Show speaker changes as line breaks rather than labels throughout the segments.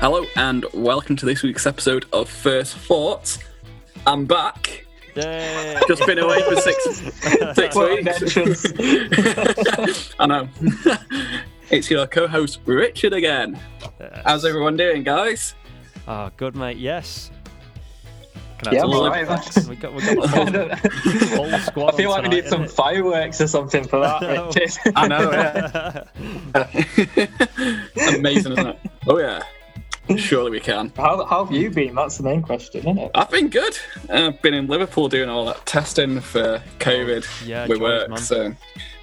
Hello and welcome to this week's episode of First Thoughts. I'm back.
Yay!
Just been away for six six
What
weeks. I know. it's your co-host Richard again.
Yeah.
How's everyone doing, guys?
oh, Uh, good mate. Yes. Can
Yeah, I'm
all
talk?
alright. thanks.
we got we got the
I
whole,
don't-
whole squad.
I feel
on
like we need some
tonight,
fireworks or something for that,
No.
Richard.
I know.
innit?
Amazing, isn't it? Oh yeah. Surely we can.
How, how have you been? That's the main question, isn't it?
I've been good. I've been in Liverpool doing all that testing for COVID.
Oh, yeah,
we
joys,
work.
man.
So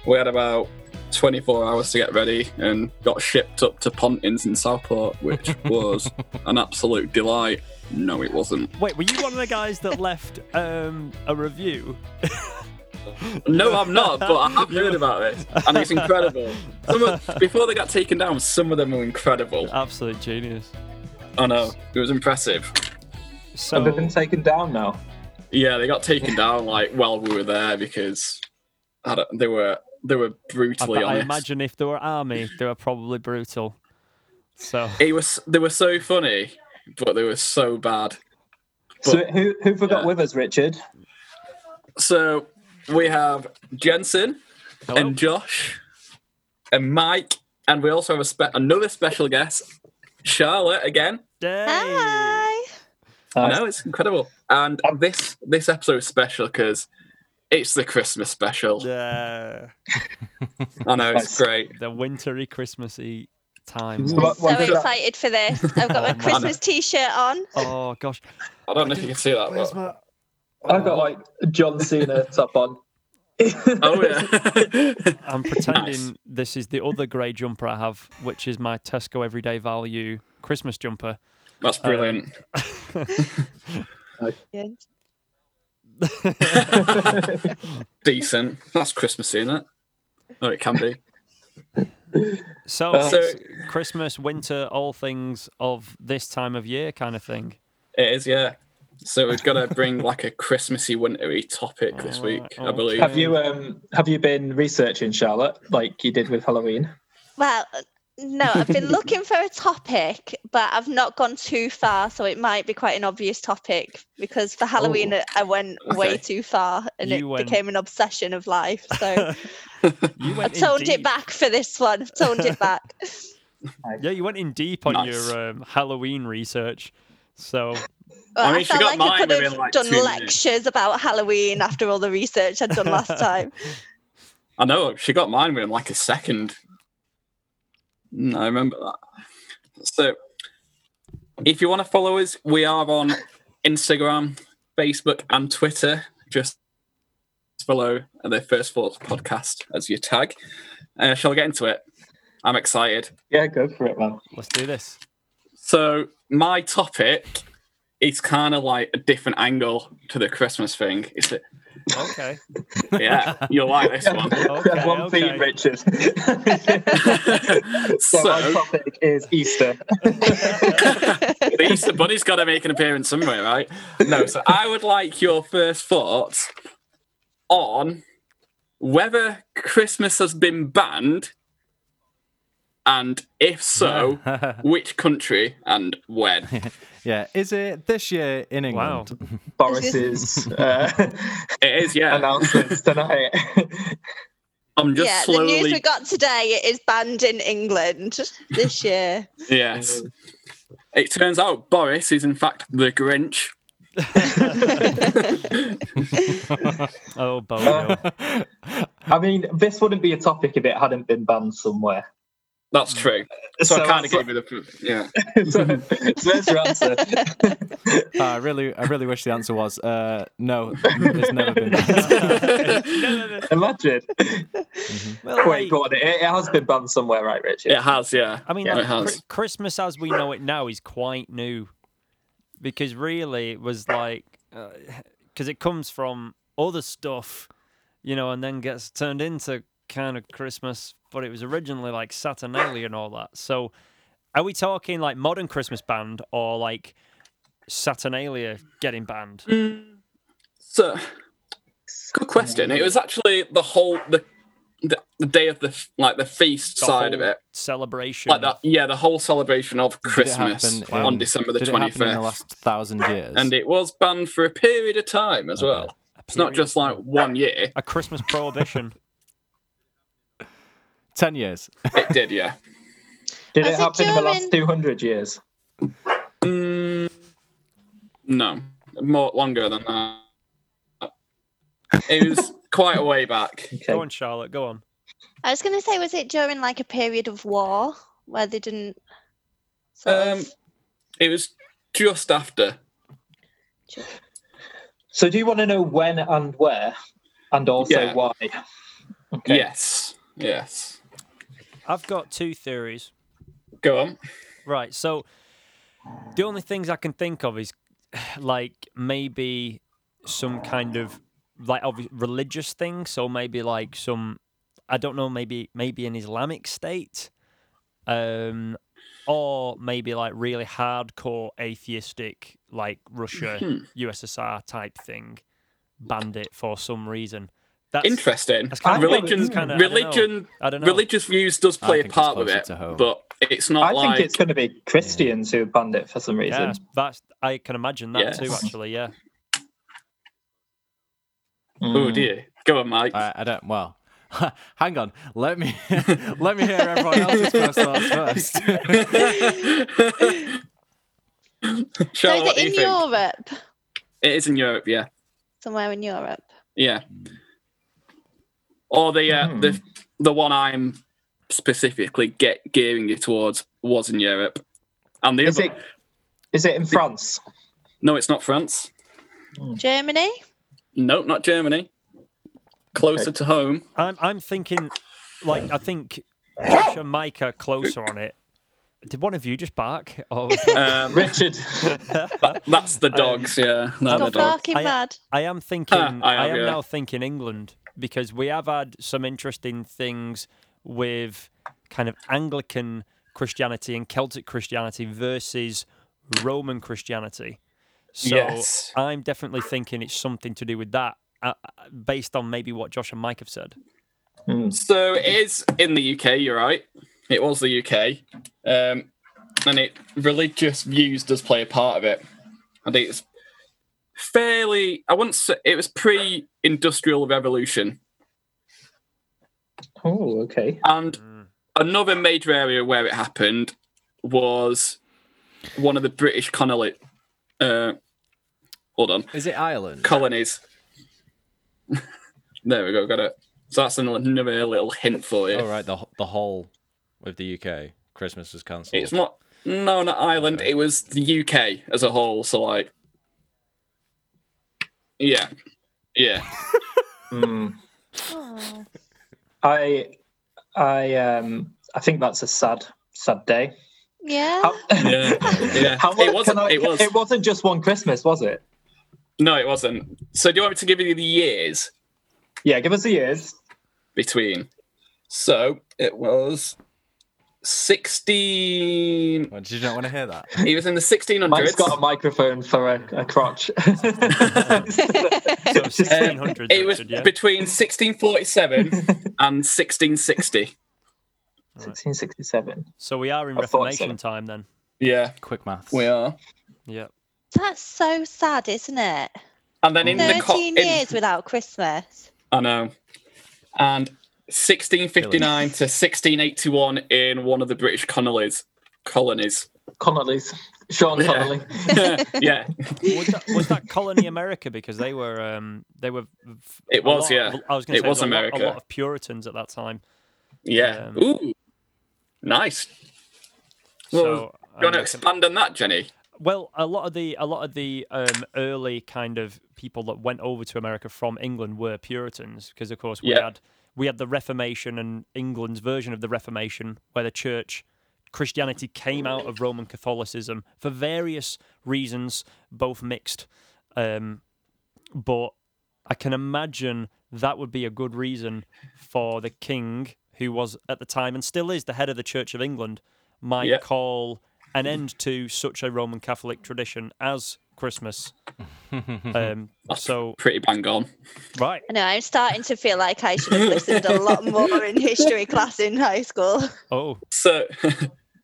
we had about 24 hours to get ready and got shipped up to Pontins in Southport, which was an absolute delight. No, it wasn't.
Wait, were you one of the guys that left um, a review?
No, I'm not, but I have heard about it, and it's incredible. Some of, before they got taken down, some of them were incredible.
Absolute genius.
I know it was impressive.
So
Have they been taken down now?
Yeah, they got taken down like while we were there because I don't, they were they were
I,
brutally
I
honest.
imagine if they were army, they were probably brutal. So
It was they were so funny, but they were so bad.
so who who forgot
yeah.
with us, Richard?
So we have Jensen
hello?
and Josh and Mike, and we also have a spe- another special guest, Charlotte again.
Yay!
Hi.
Uh,
I know it's incredible, and this this episode is special because it's the Christmas special.
Yeah.
I know it's
Nice.
great.
The wintry Christmassy times.
What-
So
did that-
excited for this. I've got my
Oh, man.
Christmas t shirt on.
Oh gosh.
I don't know if you can see that. But...
my
I've got like John Cena top on.
Oh yeah,
I'm pretending this is the other grey jumper I have, which is my Tesco Everyday Value Christmas jumper.
that's brilliant. Decent. That's Christmassy, isn't it? Oh, it can be.
So,
Uh,
so-
it's Christmas, winter, all things of this time of year kind of thing.
It is, yeah. So we've got to bring like a Christmassy, wintery topic this week, I
Alright,
believe.
Have you um have you been researching Charlotte like you did with Halloween?
Well, no, I've been looking for a topic, but I've not gone too far. So it might be quite an obvious topic because for Halloween, I- I went way
Oh. okay.
too far and it
You went-
became an obsession of life. So
You
I
went in
toned
deep.
it back for this one. I've toned it back.
Yeah, you went in deep on
Nice.
your um, Halloween research. So,
Well,
mean, she
felt
got
like
mine
I could
within,
have
like,
done
two minutes.
lectures about Halloween after all the research I'd done last time.
I know she got mine within like a second. Mm, I remember that. So, if you want to follow us, we are on Instagram, Facebook, and Twitter. Just follow the First Thoughts podcast as your tag. Uh, shall we get into it? I'm excited.
Yeah, go for it, man.
let's do this.
So, my topic is kind of like a different angle to the Christmas thing. It's a,
Okay.
yeah, you'll like this one.
We have one
okay.
theme, Richard. so our
so,
topic is Easter.
the Easter Bunny's got to make an appearance somewhere, right? No, so I would like your first thoughts on whether Christmas has been banned, and if so, which country and when?
yeah, is it this year in
Wow.
England?
Boris's uh,
It is, yeah.
announcements tonight.
I'm just
yeah, the news we
slowly.
got today it is banned in England this year.
Yes. It turns out Boris is, in fact, the Grinch.
Oh, Bono.
Uh,
I mean, this wouldn't be a topic if it hadn't been banned somewhere.
That's true. So, I kind of
that's-
gave it a. Yeah.
so, so there's your answer.
Uh, I really, I really wish the answer was uh, no. It's never been. That.
Imagine.
Well,
Wait,
like,
go on. It, it has been banned somewhere, right, Richard?
It has, yeah.
I mean,
Yeah,
like,
it has.
Chri- Christmas as we know it now is quite new, because really it was like, because it comes from other stuff, you know, and then gets turned into kind of Christmas, but it was originally like Saturnalia and all that. So, are we talking like modern Christmas band or like Saturnalia getting banned?
So, good question. It was actually the whole the the, the day of the like the feast
The
side of
whole
it,
celebration.
like that. Yeah, the whole celebration of Christmas
happen
on
in-
December the
Did it
twenty
happen in the
fifth,
last thousand years?
and it was banned for a period of time as
Okay.
well. It's not just like one year.
a Christmas prohibition.
Ten years.
It did, yeah.
Did
As
it
a
happen in the last
German-
200 years?
Mm, no, more longer than that. It was quite a way back.
Okay.
go on, Charlotte. Go on.
I was going to say, was it during like a period of war where they didn't? Sort
Um,
of-
it was just after.
So do you want to know when and where? And also
Yeah.
why? Okay.
Yes, yes.
I've got two theories.
Go on.
Right. So the only things I can think of is like maybe some kind of like obvi- religious thing. So maybe like some I don't know. Maybe maybe an Islamic state, um, or maybe like really hardcore atheistic like Russia
Hmm.
USSR type thing banned it for some reason. That's
Interesting.
that's kinda-
religion,
it's kinda- I don't know.
religion,
I don't know.
religious views does play a
think it's
part with
closer
it,
to home.
but it's not
I
like
think it's going to be Christians who banned it for some
Yeah,
reason.
that's- that's I can imagine that too.
Yes.
Actually, yeah.
oh
Mm.
dear. Go on, Mike.
I, I don't. Well, hang on. Let me let me hear everyone else's first thoughts first.
so
Charlotte,
is
what
it
do you
in
think?
Europe?
It is in Europe, yeah,
Somewhere in Europe.
yeah. Or the uh,
Hmm.
the the one I'm specifically get gearing you towards was in Europe, and the
Is
other
it? Is it in France?
no, it's not France. Hmm.
Germany?
No, not Germany. Closer to home.
I'm I'm thinking, like I think Josh and Mike are closer on it. Did one of you just bark? Or was that-
Um,
Richard.
that- that's
Um,
the dogs. yeah, they're the
Got
dogs.
barking
I-
mad.
I am thinking.
Ah, I
I,
have,
am
yeah.
now thinking England because we have had some interesting things with kind of Anglican Christianity and Celtic Christianity versus Roman Christianity. So
Yes.
I'm definitely thinking it's something to do with that, uh, uh, based on maybe what Josh and Mike have said.
Mm.
So it is in the UK. You're right. It was the UK, um, and it religious views does play a part of it. I think it's fairly. I wouldn't say it was pre-industrial revolution,
Oh, okay.
and another major area where it happened was one of the British colonies. Uh, hold on,
Is it Ireland?
colonies. there we go. Got it. So that's another little hint for you.
oh, right, the wh- the whole of the UK Christmas was cancelled.
It's not. No, not Ireland. It was the UK as a whole. So like, yeah, yeah. Hmm.
Mm.
Oh.
I, I, um, I think that's a sad, sad day.
Yeah.
How,
Yeah, yeah.
how
it
much
wasn't.
can I-
it was.
It wasn't just one Christmas, was it?
no, it wasn't. So do you want me to give you the years
Yeah. Give us the years.
between? So it was sixteen.
Well, did you not want to hear that?
He was in the sixteen
Mike's
hundreds.
got a microphone for a, a crotch.
So 1600.
Um, It was
Richard, yeah?
between 1647 and 1660.
1667.
So we are in
I thought
Reformation
so.
time then.
Yeah,
Quick maths.
we are.
Yeah.
That's so sad, isn't it?
And then in the co-
13
in-
years without Christmas.
I know. And 1659 to 1681 in one of the British colonies. Colonies.
Connolly's. Sean
Yeah.
Connolly.
yeah.
Was that, was that colony America? Because they were, um, they were. f-
It
a
was,
lot
yeah.
of- I was going
It
to say
was
there a lot-
America.
A lot of Puritans at that time.
Yeah.
Um,
Ooh. Nice. Well,
So um,
you
I'm
want to
looking-
expand on that, Jenny?
well, a lot of the a lot of the um, early kind of people that went over to America from England were Puritans, because of course we
Yeah.
had we had the Reformation and England's version of the Reformation, where the Church Christianity came out of Roman Catholicism for various reasons, both mixed. Um, but I can imagine that would be a good reason for the king, who was at the time and still is the head of the Church of England, might
Yeah.
call an end to such a Roman Catholic tradition as Christmas. Um,
That's
so
pretty bang on.
right,
I know, I'm starting to feel like I should have listened a lot more in history class in high school.
oh,
So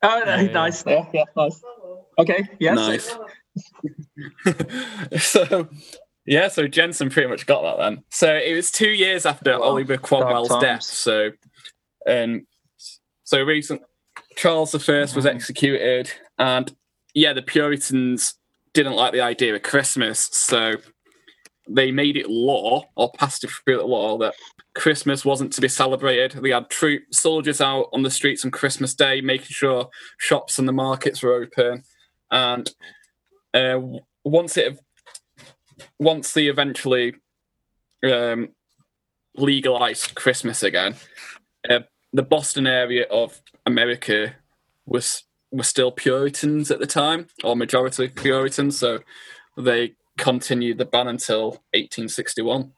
Oh,
Yeah, yeah.
nice. Yeah, yeah, nice. Okay, yes.
nice. so yeah, so Jensen pretty much got that then. So it was two years after
Wow.
Oliver Cromwell's
Dark times.
death. So um so recent Charles I was
Mhm.
executed and yeah, the Puritans didn't like the idea of Christmas, so they made it law or passed it through the law that Christmas wasn't to be celebrated. They had troop soldiers out on the streets on Christmas Day, making sure shops and the markets were open. And uh, w- once it, once they eventually um, legalized Christmas again, uh, the Boston area of America was were still Puritans at the time, or majority Puritans. So they continued the ban until 1861.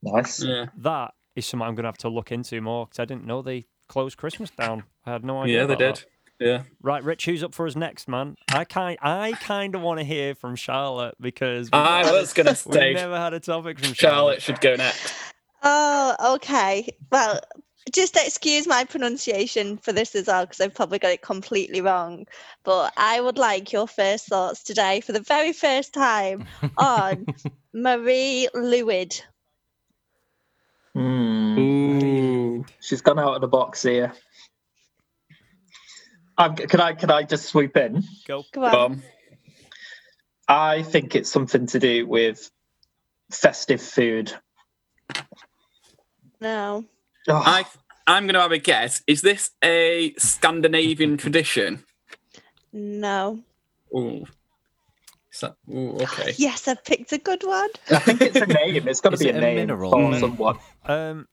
Nice.
Yeah,
that is something I'm going to have to look into more because I didn't know they closed Christmas down. I had no idea.
yeah, they
about that.
did. Yeah.
Right, Rich, who's up for us next, man? I kind, I kind of want to hear from Charlotte because we-
Ah, I was gonna
we have
say
never had a topic from Charlotte.
Charlotte should go next.
Oh, okay. Well, just excuse my pronunciation for this as well, because I've probably got it completely wrong. But I would like your first thoughts today for the very first time on Marie Lewid.
Hmm.
Ooh.
She's gone out of the box here. Um, can I can I just swoop in?
Go.
Go on.
Um,
I think it's something to do with festive food.
No.
Oh,
I I'm gonna have a guess. Is this a Scandinavian tradition?
No.
Ooh. Is that, ooh, okay.
Yes, I picked a good one.
I think it's a name. It's got to
Is
be
it
a
a
name
mineral?
or
Mm.
someone.
Um,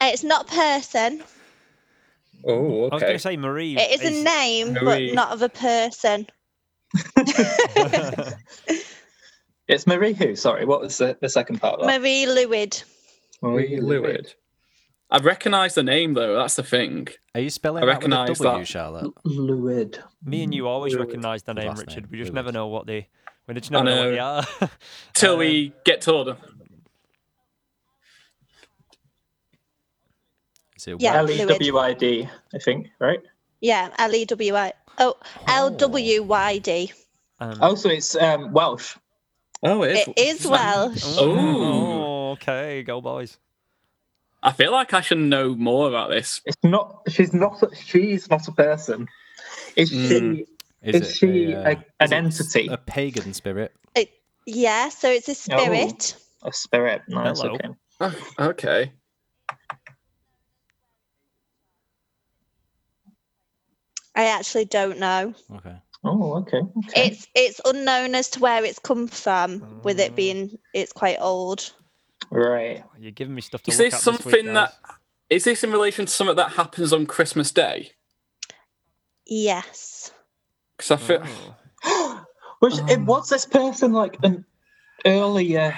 It's not person.
Oh,
I was going to say Marie.
It is a
is-
name,
Marie.
but not of a person.
It's Marie who? Sorry, what was the, the second part? Of that?
Marie Lewid.
Marie Lewid. I recognise the name though. That's the thing.
Are you spelling
I
that with a
recognise
W,
that.
Charlotte?
Lewid.
Me and you always recognise the
The
name,
last
Richard.
name,
We just
Lewis.
never know what they. We just
I
never know, what they are.
Till
Um,
we get told. them.
Is it
Yeah,
L
Lewid.
E W I D. I think right.
Yeah, L E W I. Oh, L W Y D.
um,
Also, it's um, Welsh.
Oh,
It is Welsh.
Oh.
oh, okay, go boys.
I feel like I should know more about this.
It's not. She's not. A, she's not a person. Is
Hmm.
she?
Is,
Is she
uh,
a- an
is it
entity?
A pagan spirit.
Yeah, so it's a spirit.
A spirit. Nice.
Hello.
Okay.
Oh, okay.
I actually don't know.
Okay.
Oh, okay. okay.
It's it's unknown as to where it's come from, with
Oh.
it being it's quite old.
right.
You're giving me stuff to
Is
look
this
at week,
something that-
guys.
Is this in relation to something that happens on Christmas Day?
Yes.
Because I feel
Oh.
Which it
Um.
was this person like an earlier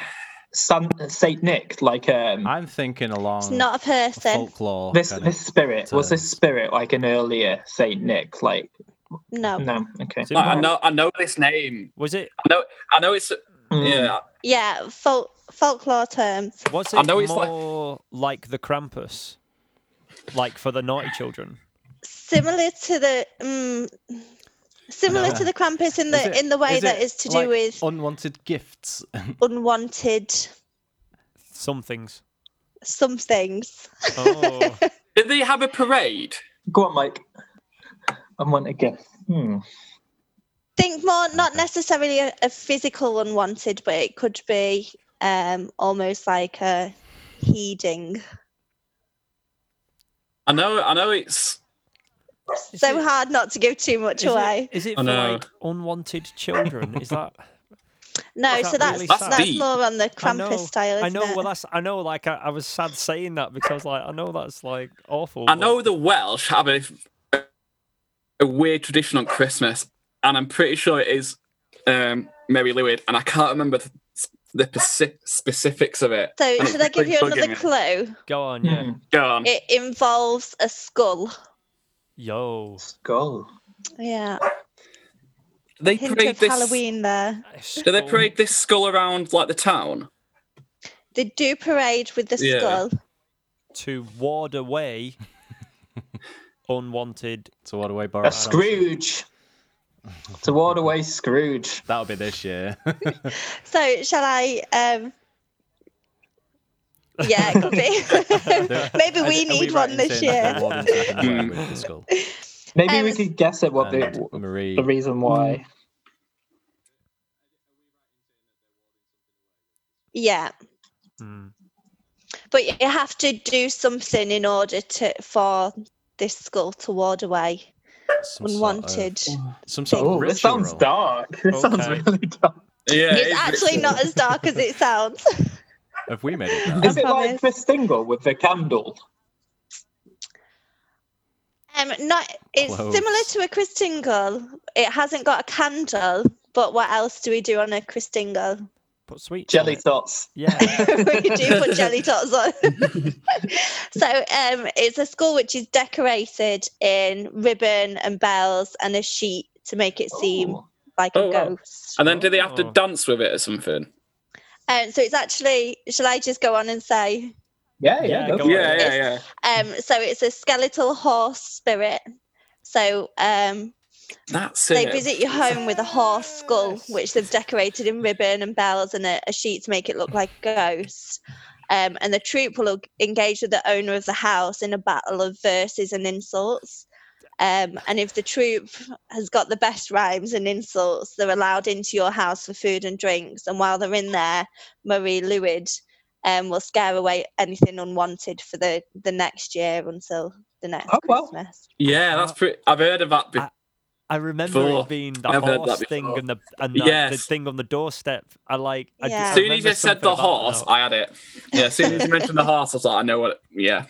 San, Saint Nick, like um,
I'm thinking along
It's not a person.
folklore.
this
kind
this
of-
spirit was
terms.
this spirit like an earlier Saint Nick, like
Hmm.
No.
no, okay,
So
like, I
Mark-
know I know this name.
Was it?
I know it's
Mm.
yeah.
Yeah, folk folklore terms.
Was it
I know it's like-
more like... the Krampus, like for the naughty children?
Similar to the mm, similar to the Krampus in
Is
the
it-
in the way
is
that
it
is to do
like
with
unwanted gifts.
unwanted
Some things.
some things.
Oh,
Did they have a parade?
Go on, Mike. I want a gift. Hmm.
Think more, not necessarily a, a physical unwanted, but it could be um, almost like a heeding.
I know I know it's
Is
so
it-
hard not to give too much
is
away.
it, is it
I
for
know.
like unwanted children? Is that?
no,
is
so
that
that's
really
that's,
sad?
That's
more on the
I know,
Krampus style, isn't
I know.
it?
Well, that's. I know. Like I, I was sad saying that because I was like, I know that's like awful.
I
but-
know the Welsh have a a weird tradition on Christmas, and I'm pretty sure it is um, Mary Lewid, and I can't remember the, the paci- specifics of it.
so
and
should
it's
I give you
really bugging
another
me.
clue?
Go on, yeah.
Hmm.
Go on.
It involves a skull.
Yo,
Skull.
Yeah.
They
hint
parade
of
this.
Halloween there.
Do they
Skull.
parade this skull around like the town?
They do parade with the
Yeah.
skull.
to ward away unwanted?
So what away Borat?
A Scrooge. To ward away Scrooge.
That'll be this year.
So shall I? um Yeah, it could be. Maybe
Are-
we
are
need
right
one
in
this
saying that
year.
the Warden's not gonna work with the skull?
Maybe we
Um,
could guess at what
And Mm.
the,
Marie.
the reason why.
Yeah,
Hmm.
but you have to do something in order to for this skull to ward away
some
uh, unwanted.
Sort
uh,
of, some sort
Oh,
of
this sounds
ritual.
dark. This sounds
Okay.
really dark.
Yeah,
It's actually not as dark as it sounds.
Have we made it?
I
Is it like
promise.
Chris Dingle with the candle?
Um, not. It's similar
Close.
to a Christingle. It hasn't got a candle. But what else do we do on a Christingle?
Put sweet
Jelly tots.
Yeah.
we do put jelly tots on. so um, it's a skull which is decorated in ribbon and bells and a sheet to make it seem
Ooh.
like
Oh,
a
wow.
ghost.
And then do they have to
Oh.
dance with it or something?
Um, so it's actually, shall I just go on and say?
Yeah,
Yeah, yeah, go
go
for
on.
it.
Yeah, yeah,
It's-
yeah.
Um, so it's a skeletal horse spirit. So um,
That's
they
it.
visit your home with a horse skull, which they've decorated in ribbon and bells and a, a sheet to make it look like a ghost. Um, and the troop will engage with the owner of the house in a battle of verses and insults. Um, and if the troop has got the best rhymes and insults, they're allowed into your house for food and drinks. And while they're in there, Marie Lewid um, will scare away anything unwanted for the, the next year until the next
Oh, wow.
Christmas.
Yeah, that's pretty. I've heard of that. Be-
I- I remember
Before.
it being the
I've heard that
horse thing
before.
and the and the, the
Yes.
thing on the doorstep. I like. I,
Yeah.
as soon as you said the horse,
I...
I had it. Yeah, as soon as you mentioned the horse, I was like, I know what. Yeah,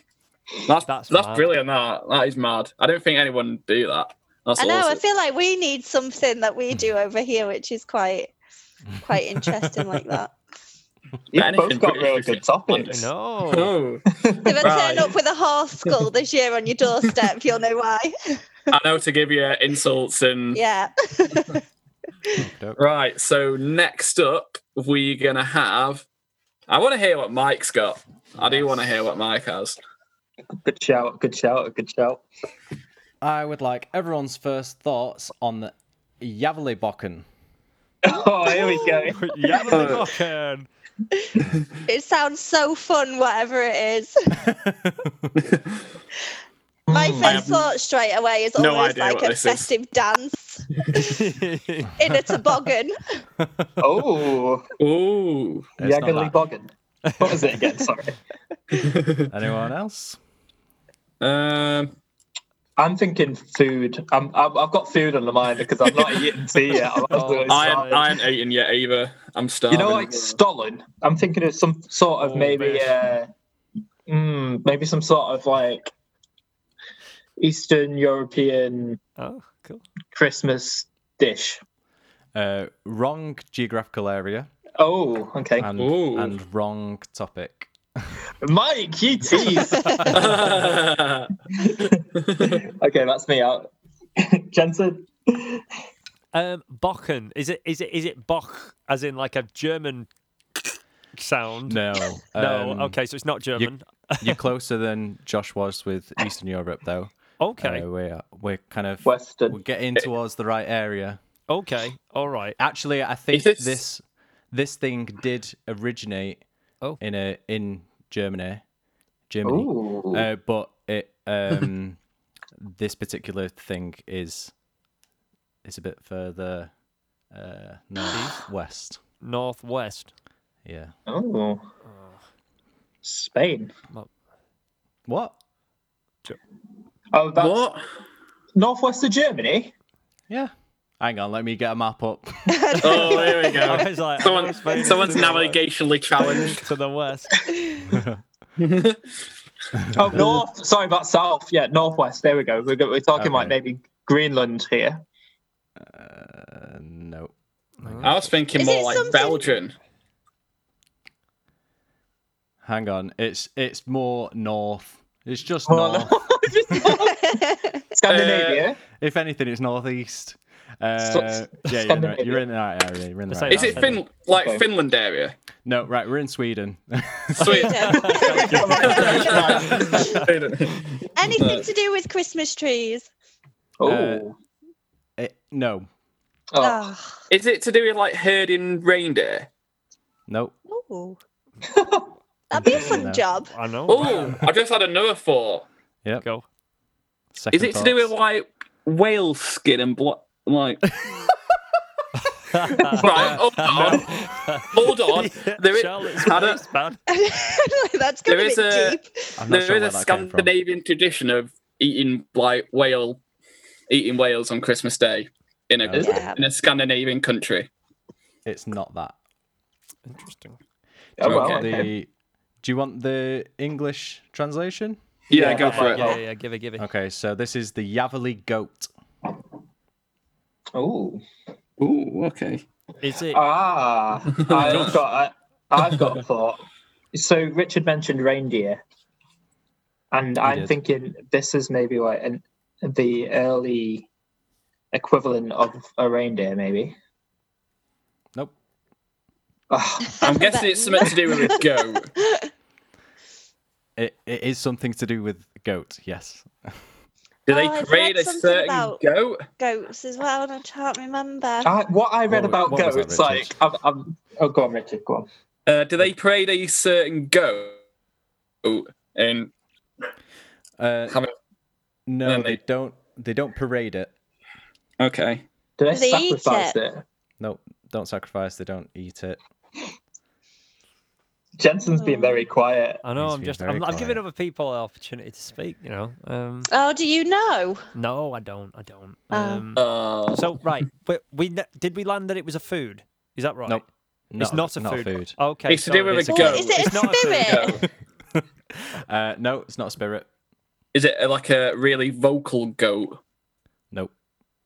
that's
That's
that's,
mad.
brilliant. That that is mad. I don't think anyone would do that. That's
I know. I
awesome.
feel like we need something that we do over here, which is quite quite interesting, like that.
You've both
Anything
got
British
really
is
good
good.
topics.
No.
Oh,
If I
Right.
turn up with a horse skull this year on your doorstep, you'll know why.
I know to give you insults and
Yeah.
right. So next up, we're gonna have. I want to hear what Mike's got. I do want to hear what Mike has.
Good shout, good shout, good shout.
I would like everyone's first thoughts on the Javelibokken.
Oh, here we go.
yeah, Morgan.
It sounds so fun, whatever it is.
Mm,
My
Mm.
first thought straight away is
no
almost
idea
like
what
a
this is.
festive dance in a toboggan.
Oh,
Ooh,
It's not
Yaggly
that.
Boggin. What is it again? Sorry.
Anyone else?
um,
I'm thinking food. I'm, I've, I've got food on the mind because I'm not eating tea yet. I'm absolutely
I
starving.
ain't, I ain't eating yet either. I'm
you
starving.
know, like Stollen. I'm thinking of some sort of
Oh,
maybe, uh, mm, maybe some sort of like Eastern European
oh, cool.
Christmas dish.
Uh, wrong geographical area
Oh, okay.
and,
Ooh.
and wrong topic.
Mike, you tease. okay, that's me out. Jensen.
Um, Bocken. Is it? Is it? Is it Bock? As in like a German sound?
No.
No.
um,
okay, so it's not German.
You're closer than Josh was with Eastern Europe, though.
okay.
Uh, we're, we're kind of
Western.
we're getting towards the right area.
okay. All right.
Actually, I think
this-
this... this thing did originate
Oh.
in a in Germany, Germany.
Ooh.
Uh, but it um, this particular thing is is a bit further uh, northwest.
Northwest.
Yeah.
oh. Spain.
What?
Oh, that's
what?
northwest of Germany.
Yeah. Hang on, let me get a map up.
Oh, there we
I
go.
was like, I know
Someone,
Spain is
someone's
to the west-
navigationally challenged.
to the west.
Oh, north. Sorry about south. Yeah, northwest. There we go. We're, go- we're talking like
Okay.
maybe Greenland here.
uh, no.
I was thinking
Is
more
it
like
something-
Belgian.
Hang on. It's it's more north. It's just
Oh,
north.
Scandinavia.
If anything, it's northeast.
So-
Uh, yeah, you're in, the, you're in the right area. You're in the
Is
right
Is it
area.
fin- like
Okay.
Finland area?
No, right. We're in Sweden.
Sweet.
Anything to do with Christmas trees?
Uh,
Oh,
Eh, no, uh,
oh.
Ah.
Is it to do with like herding reindeer?
nope.
Oh. Ooh. That'd be a fun
No.
job.
I know.
Oh, I just had another thought.
Yep.
Go.
Second
Is it to do with
thoughts.
like whale skin and blood? Like, right, Oh. hold on. Hold on. There is,
Charlotte's
I don't-
place, man.
That's going
There
to
is
be
a-
deep.
I'm not
there
sure
is
where
a
that came from.
Scandinavian tradition of eating like whale, eating whales on Christmas Day in a
Is
it?
Oh, Yeah.
in a Scandinavian country.
It's not that.
Interesting.
oh well,
Okay.
okay.
The- do you want the English translation?
Yeah,
Yeah,
go
that
for
Yeah,
it.
yeah, yeah, give it, give it.
Okay, so this is the Yavali goat.
Oh,
Ooh, okay.
Is it?
Uh,
ah, I've got, a, I've got a thought. So Richard mentioned reindeer, and I'm
did.
thinking this is maybe like an, the early equivalent of a reindeer, maybe.
Nope.
Ah,
I'm guessing it's something to do with a goat.
It, it is something to do with goat. Yes.
Do
Oh,
they
I've
create
read
a
something
certain
about-
goat?
Goats as well, and I can't remember.
I, what I read
What-
about
what was that,
goats,
Richard?
like, I'm, I'm, oh, go on, Richard, go on.
Uh, do they parade a certain goat and
Uh,
have a
no,
then
they
they-
don't. They don't parade it.
Okay.
Do they,
They eat
sacrifice
it.
it?
No, don't sacrifice. They don't eat it.
Jensen's been very
Oh.
quiet.
I know.
He's
I'm
been
just.
very
I'm, I'm giving
quiet.
other people an opportunity to speak. You know. Um,
Oh, do you know?
no, I don't. I don't.
Oh.
Um,
Uh,
so right, we, we ne- did we land that it was a food? Is that right?
Nope.
It's not a food. Okay.
It's to do
sorry.
with a
Or
goat.
is it a
It's not a food,
spirit?
goat.
Uh, no, it's not a spirit.
Is it uh, like a really vocal goat?
Nope.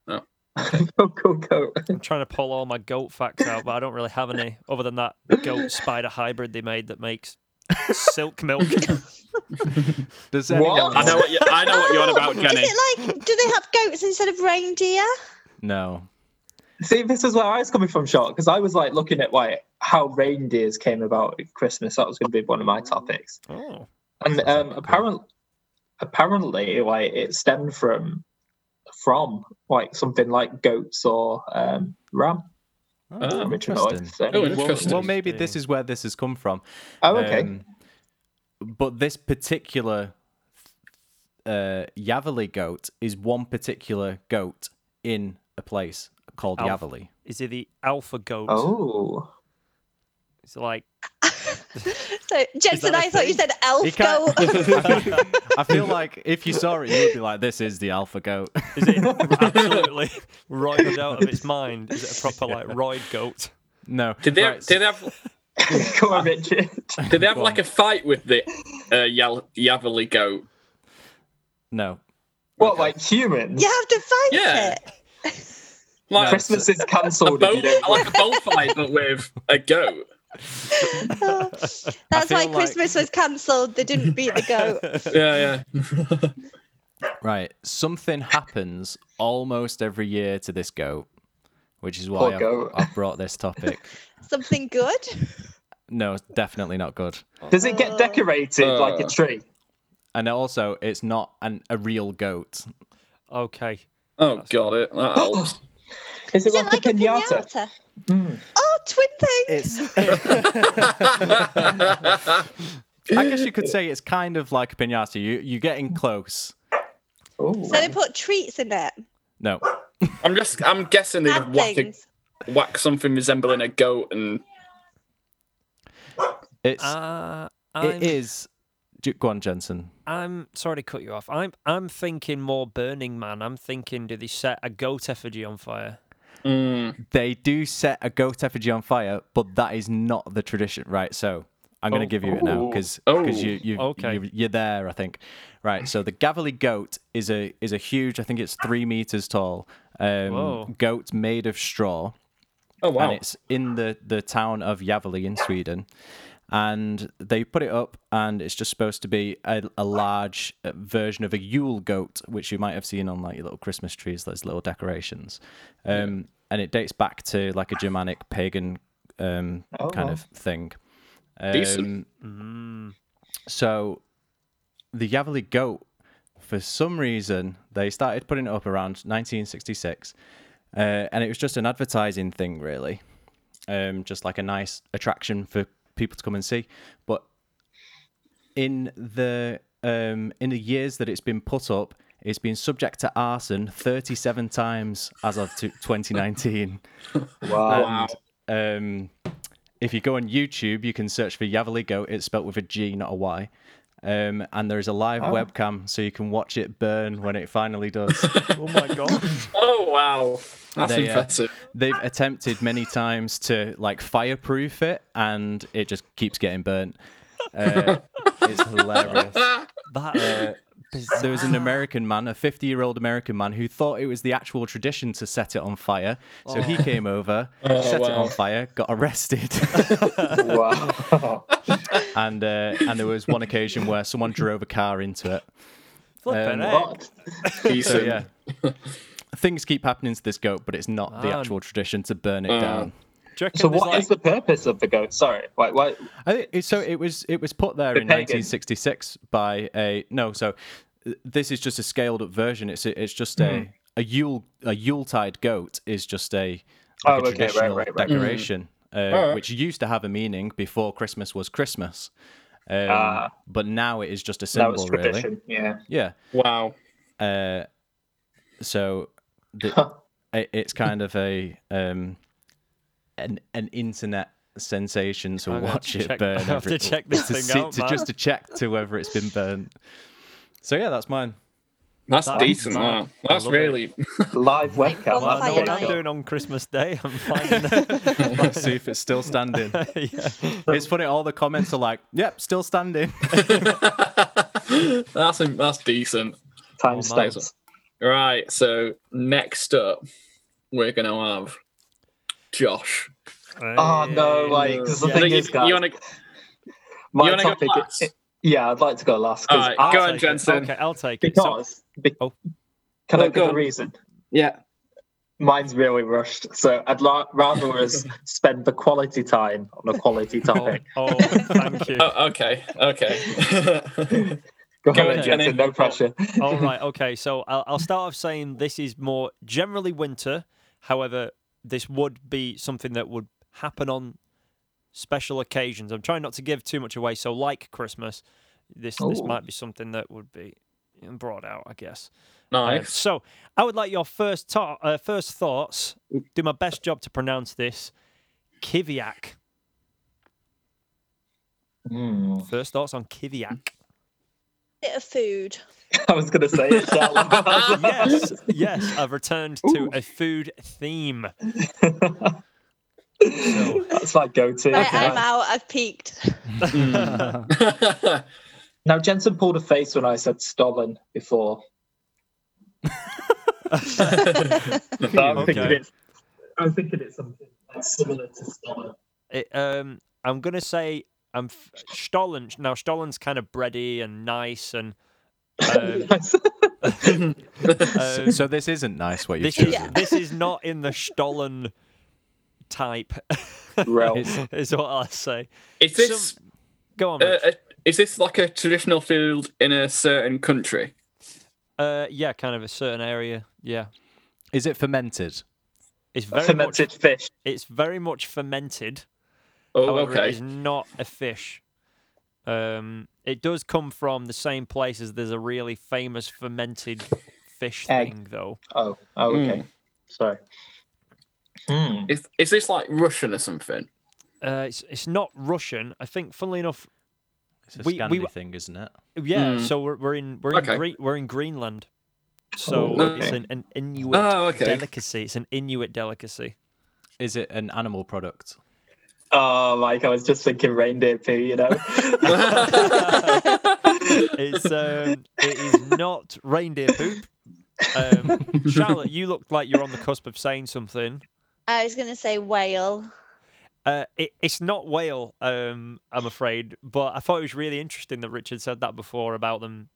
Oh, go, go.
I'm trying to pull all my goat facts out, but I don't really have any other than that goat spider hybrid they made that makes silk milk.
What?
Does anyone?
I know what you, I know what you're on about,
Oh,
Jenny.
Is it like, do they have goats instead of reindeer?
No.
See, this is where I was coming from, Shot, because I was like looking at like how reindeers came about at Christmas. That was going to be one of my topics,
oh,
and
Sounds
um,
like a
apparently, apparently, like it stemmed from from like something like goats or um, ram.
Oh,
original,
interesting.
so-
Oh,
Well,
interesting.
well, maybe this is where this has come from.
Oh, okay.
Um, but this particular uh, Yavali goat is one particular goat in a place called
Alf.
Yavali.
is it the alpha goat?
oh,
It's like
So, Jensen,
a
I thought you
thing?
said elf
can't-
goat.
I feel like if you saw it, you would be like, "This is the alpha goat."
is it absolutely roided out of its mind? Is it a proper like roid goat?
No.
Did they,
Right,
did they have
go on, Richard.
did they have
Go
like a fight with the uh, Yal- Yavali goat?
no.
what, like humans?
you have to fight
Yeah.
it.
Like
Christmas is
a
cancelled. if you
boat,
don't
like a bullfight, but with a goat.
Oh, That's why
feel like-
Christmas was cancelled. They didn't beat the goat.
Yeah, yeah.
Right. Something happens almost every year to this goat, which is
Poor
why I've,
goat.
I've brought this topic.
Something good?
No, it's definitely not good.
Does it get
Uh,
decorated like a
Uh.
tree?
And also, it's not an, a real goat.
Okay.
Oh, got it. That helps.
Is it
Is it
like,
like
a pinata? Mm.
Oh, twin thing.
I guess you could say it's kind of like a pinata. You you're getting close.
Ooh.
So they put treats in it.
No,
I'm just I'm guessing they
Add
would whack, a,
things.
whack something resembling a goat and
it's
Uh,
it
I'm,
is. Ju- Go on, Jensen.
I'm sorry to cut you off. I'm I'm thinking more Burning Man. I'm thinking, do they set a goat effigy on fire?
Mm,
They do set a goat effigy on fire, but that is not the tradition, right? So I'm going to
Oh.
give you it now because
Oh.
you you
Okay.
you you're there, I think. Right. So the Gavali goat is a is a huge. I think it's three meters tall. Um,
Whoa.
goat made of straw.
oh wow.
and it's in the, the town of Javali in Sweden. and they put it up, and it's just supposed to be a, a large uh, version of a Yule goat, which you might have seen on like your little Christmas trees, those little decorations. Um, And it dates back to like a Germanic pagan um,
Oh,
kind
wow.
of thing.
Decent.
Um, So the Yavili goat, for some reason, they started putting it up around 1966, uh, and it was just an advertising thing, really, um, just like a nice attraction for people to come and see. But in the um, in the years that it's been put up, it's been subject to arson 37 times as of t- 2019.
Wow.
Um, if you go on YouTube, you can search for Yavali Goat. It's spelt with a G, not a Y. Um, and there is a live webcam, so you can watch it burn when it finally does.
Oh my god.
Oh wow, that's
They, uh,
impressive.
They've attempted many times to like fireproof it, and it just keeps getting burnt. Uh, it's hilarious. Uh,
That
There was an
bizarre.
American man, a 50 year old American man, who thought it was the actual tradition to set it on fire. So he came over, set it
wow.
on fire, got arrested.
wow.
and uh, and there was one occasion where someone drove a car into it.
Flippin'
um,
heck.
What?
So
Decent.
yeah, things keep happening to this goat, but it's not the
Ah.
actual tradition to burn it
Ah.
Uh.
down.
Do you reckon
So
there's,
what
like-
is the purpose of the goat? Sorry. Like, why?
I think it- so. It was it was put there
The
in
pagan.
1966 by a no. So uh, this is just a scaled up version. It's it's just
Hmm.
a a Yule a Yuletide goat is just a,
Oh,
like
okay,
a
right,
traditional
right, right.
decoration. Uh,
Alright.
Which used to have a meaning before Christmas was Christmas, um,
Ah.
but now it is just a
That was
symbol, really.
tradition. Yeah.
Yeah,
Wow.
Uh, so the,
Huh.
it, it's kind of a um, an an internet sensation to
I'm gonna have
watch
to
it
check-
burn.
I'll have to
every-
check this
to
thing out,
to
man.
just to check to whether it's been burnt. So yeah, that's mine.
That's
That's
decent.
mad.
Wow.
I
That's
love it.
really.
Live webcam.
Well, I know
Fire
what
night.
I'm doing on Christmas Day. I'm finding
Let's see if it's still standing.
yeah.
It's funny. All the comments are like, "Yep, still standing."
that's that's decent.
Time
mine's
stamps.
Right. So next up, we're gonna have Josh.
Oh no! Like, 'cause the
Yeah.
thing
you,
is, guys,
you wanna, you
my
wanna go
topic.
last?
yeah, I'd like to go last
All
because
right,
I'll
go on,
take it.
Jensen.
Okay, I'll take it. So,
because be-
Oh.
can
No,
I give
go
a
on.
reason?
Yeah.
Mine's really rushed, so I'd la- rather us spend the quality time on a quality
oh,
topic.
oh, thank you.
Oh, okay. Okay.
Go,
Go
on,
on,
Jensen,
Jenny.
no pressure.
All right, okay. So I'll, I'll start off saying this is more generally winter. However, this would be something that would happen on special occasions. I'm trying not to give too much away. So, like Christmas, this this
Ooh.
might be something that would be brought out, I guess. Uh,
nice.
so I would like your first ta- uh, first thoughts. Do my best job to pronounce this. Kiviak.
Hmm.
First thoughts on Kiviak.
Bit of food.
I was going to say it. shall I?
yes, yes. I've returned to a food theme. So
That's my go-to.
Right, I'm out. I've peaked.
Now Jensen pulled a face when I said stolen before. So I'm thinking
Okay.
it's. I'm thinking it's something like similar to stolen.
it, um, I'm gonna say I'm f- Stollen. Now Stollen's kind of bready and nice, and um, um,
so this isn't nice. What you've
this is
chosen.
this is not in the Stollen type.
Realm.
It's-
is what I say.
is this
Some- Go on.
uh,
Rich.
uh, is this like a traditional field in a certain country?
Uh, yeah, kind of a certain area. Yeah,
Is it fermented?
it's very
fermented
Much,
fish.
it's very much fermented.
Oh,
However, it
okay.
is not a fish. Um, it does come from the same place as there's a really famous fermented fish
Egg.
thing, though.
Oh, oh okay. Sorry. Hmm.
Is, is this like Russian or something?
Uh, it's it's not Russian. I think, funnily enough,
It's
a We- we- Scandi
thing, isn't it?
yeah.
Mm.
So we're, we're in we're
Okay.
in Gre- we're in Greenland. So
Oh,
it's
okay.
an, an Inuit
Oh, okay.
delicacy. It's an Inuit delicacy.
Is it an animal product?
Oh, like I was just thinking reindeer poo, you know.
It's um, it is not reindeer poop. Um, Charlotte, you looked like you're on the cusp of saying something.
I was going to say whale.
Uh, it, it's not whale, um, I'm afraid, but I thought it was really interesting that Richard said that before about them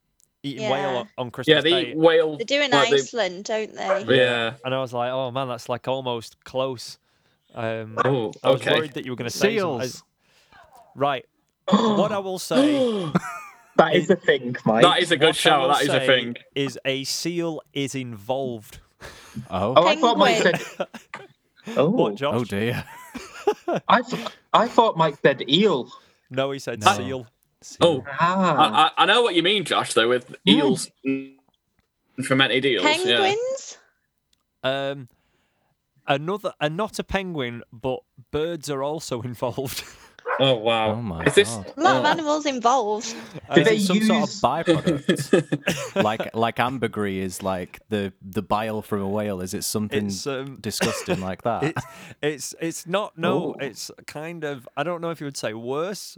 eating whale
Yeah.
on- on Christmas
Yeah, they
Day.
eat whale.
They do in
like, they-
Iceland, don't they?
yeah.
And I was like, oh man, that's like almost close. Um,
Oh,
I was
okay.
worried that you were going to say something.
Seals.
Right. What I will say,
That is the thing, Mike.
That is a good
what I
shout.
will
That is a
say
thing.
Is a seal is involved.
Oh,
Oh,
I thought Mike said.
What,
Oh,
Josh?
oh dear.
I, th- I thought Mike said eel.
No, he said
No.
seal.
Oh,
Ah,
I, I I know what you mean, Josh. Though with eels, and fermented eels. Yeah.
Hmm. Penguins?
Um, another, and not a penguin, but birds are also involved.
Oh wow.
Oh my
Is this?
God.
A lot of
oh.
animals involved.
Um,
Is
they
it some sort of
use-
byproduct? like like ambergris is like the the bile from a whale. Is it something
it's um,
disgusting like that? Oh.
it's it's it's not no.
Ooh.
It's kind of I don't know if you would say worse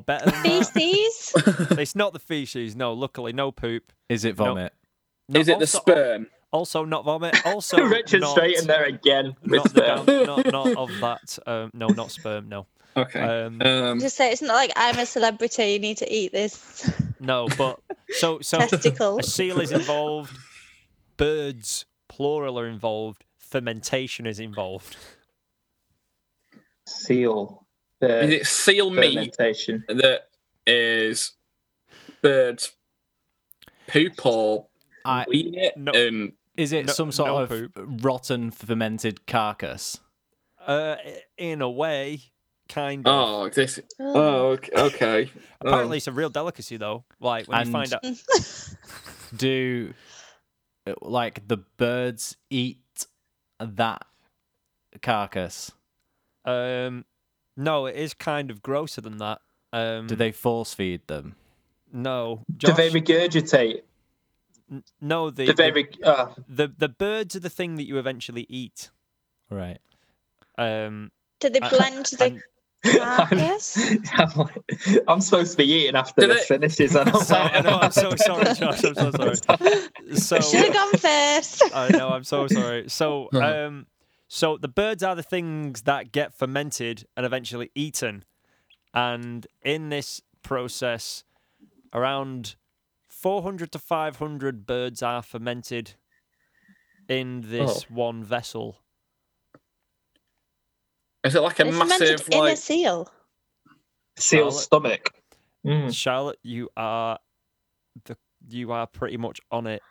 better. Than that.
Feces?
It's not the feces. No, luckily, no poop.
Is it vomit?
No,
is it the
also-
sperm?
Also, not vomit. Also,
Richard
not,
straight in there again. with
Not, the
sperm.
down- not, not of that. Um, no, not sperm. No.
Okay.
Um,
Um,
Just say it's not like I'm a celebrity, you need to eat this
No, but so so
testicle.
a seal is involved. Birds, plural, are involved. Fermentation is involved.
Seal. The
is it seal meat
fermentation.
that is birds poop or
I,
eat it?
No.
And
is it
No-
some sort
no
of
poop.
rotten fermented carcass?
Uh, in a way, kind of.
oh, this.
Oh.
Oh, okay. okay.
oh.
Um,
Apparently, it's a real delicacy, though. Like when you find out,
Do uh, like the birds eat that carcass?
um, no, it is kind of grosser than that. Um,
Do they force feed them?
No,
Do
Josh,
they regurgitate?
no. The,
Do they
the,
reg- uh,
the the birds are the thing that you eventually eat.
Right.
Um,
Did they
I-
blend the
and-
Ah, carcass?
I'm, like- I'm supposed to be eating after
Do
this
they-
finishes. And I'm
so, I know, I'm
like,
so sorry, Josh. I'm so sorry. So
Should have gone first.
I know. I'm so sorry. So, um, so the birds are the things that get fermented and eventually eaten, and in this process, around 400 to 500 birds are fermented in this one vessel.
Is it like a
It's fermented
massive
in a
like?
seal.
seal stomach. Mm.
Charlotte, you are the you are pretty much on it.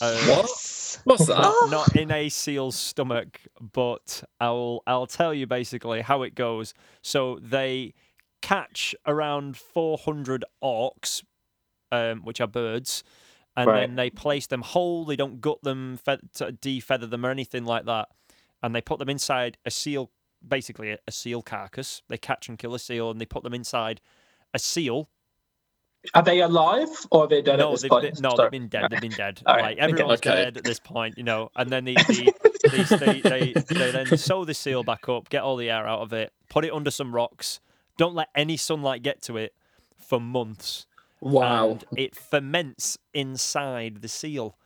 Uh,
Yes.
What's that?
Oh.
not in a seal's stomach, but I'll I'll tell you basically how it goes. So they catch around 400 orcs, um, which are birds, and
Right.
then they place them whole. They don't gut them, fe- to defeather them, or anything like that. And they put them inside a seal, basically a, a seal carcass. They catch and kill a seal, and they put them inside a seal.
Are they alive or are they dead at
No,
this
they've
point?
been, no,
Sorry.
they've been dead. They've been dead.
All
Like
right, okay.
everyone's
Okay.
dead at this point, you know. And then they they, they, they, they, they then sew the seal back up, get all the air out of it, put it under some rocks. Don't let any sunlight get to it for months.
Wow.
And it ferments inside the seal,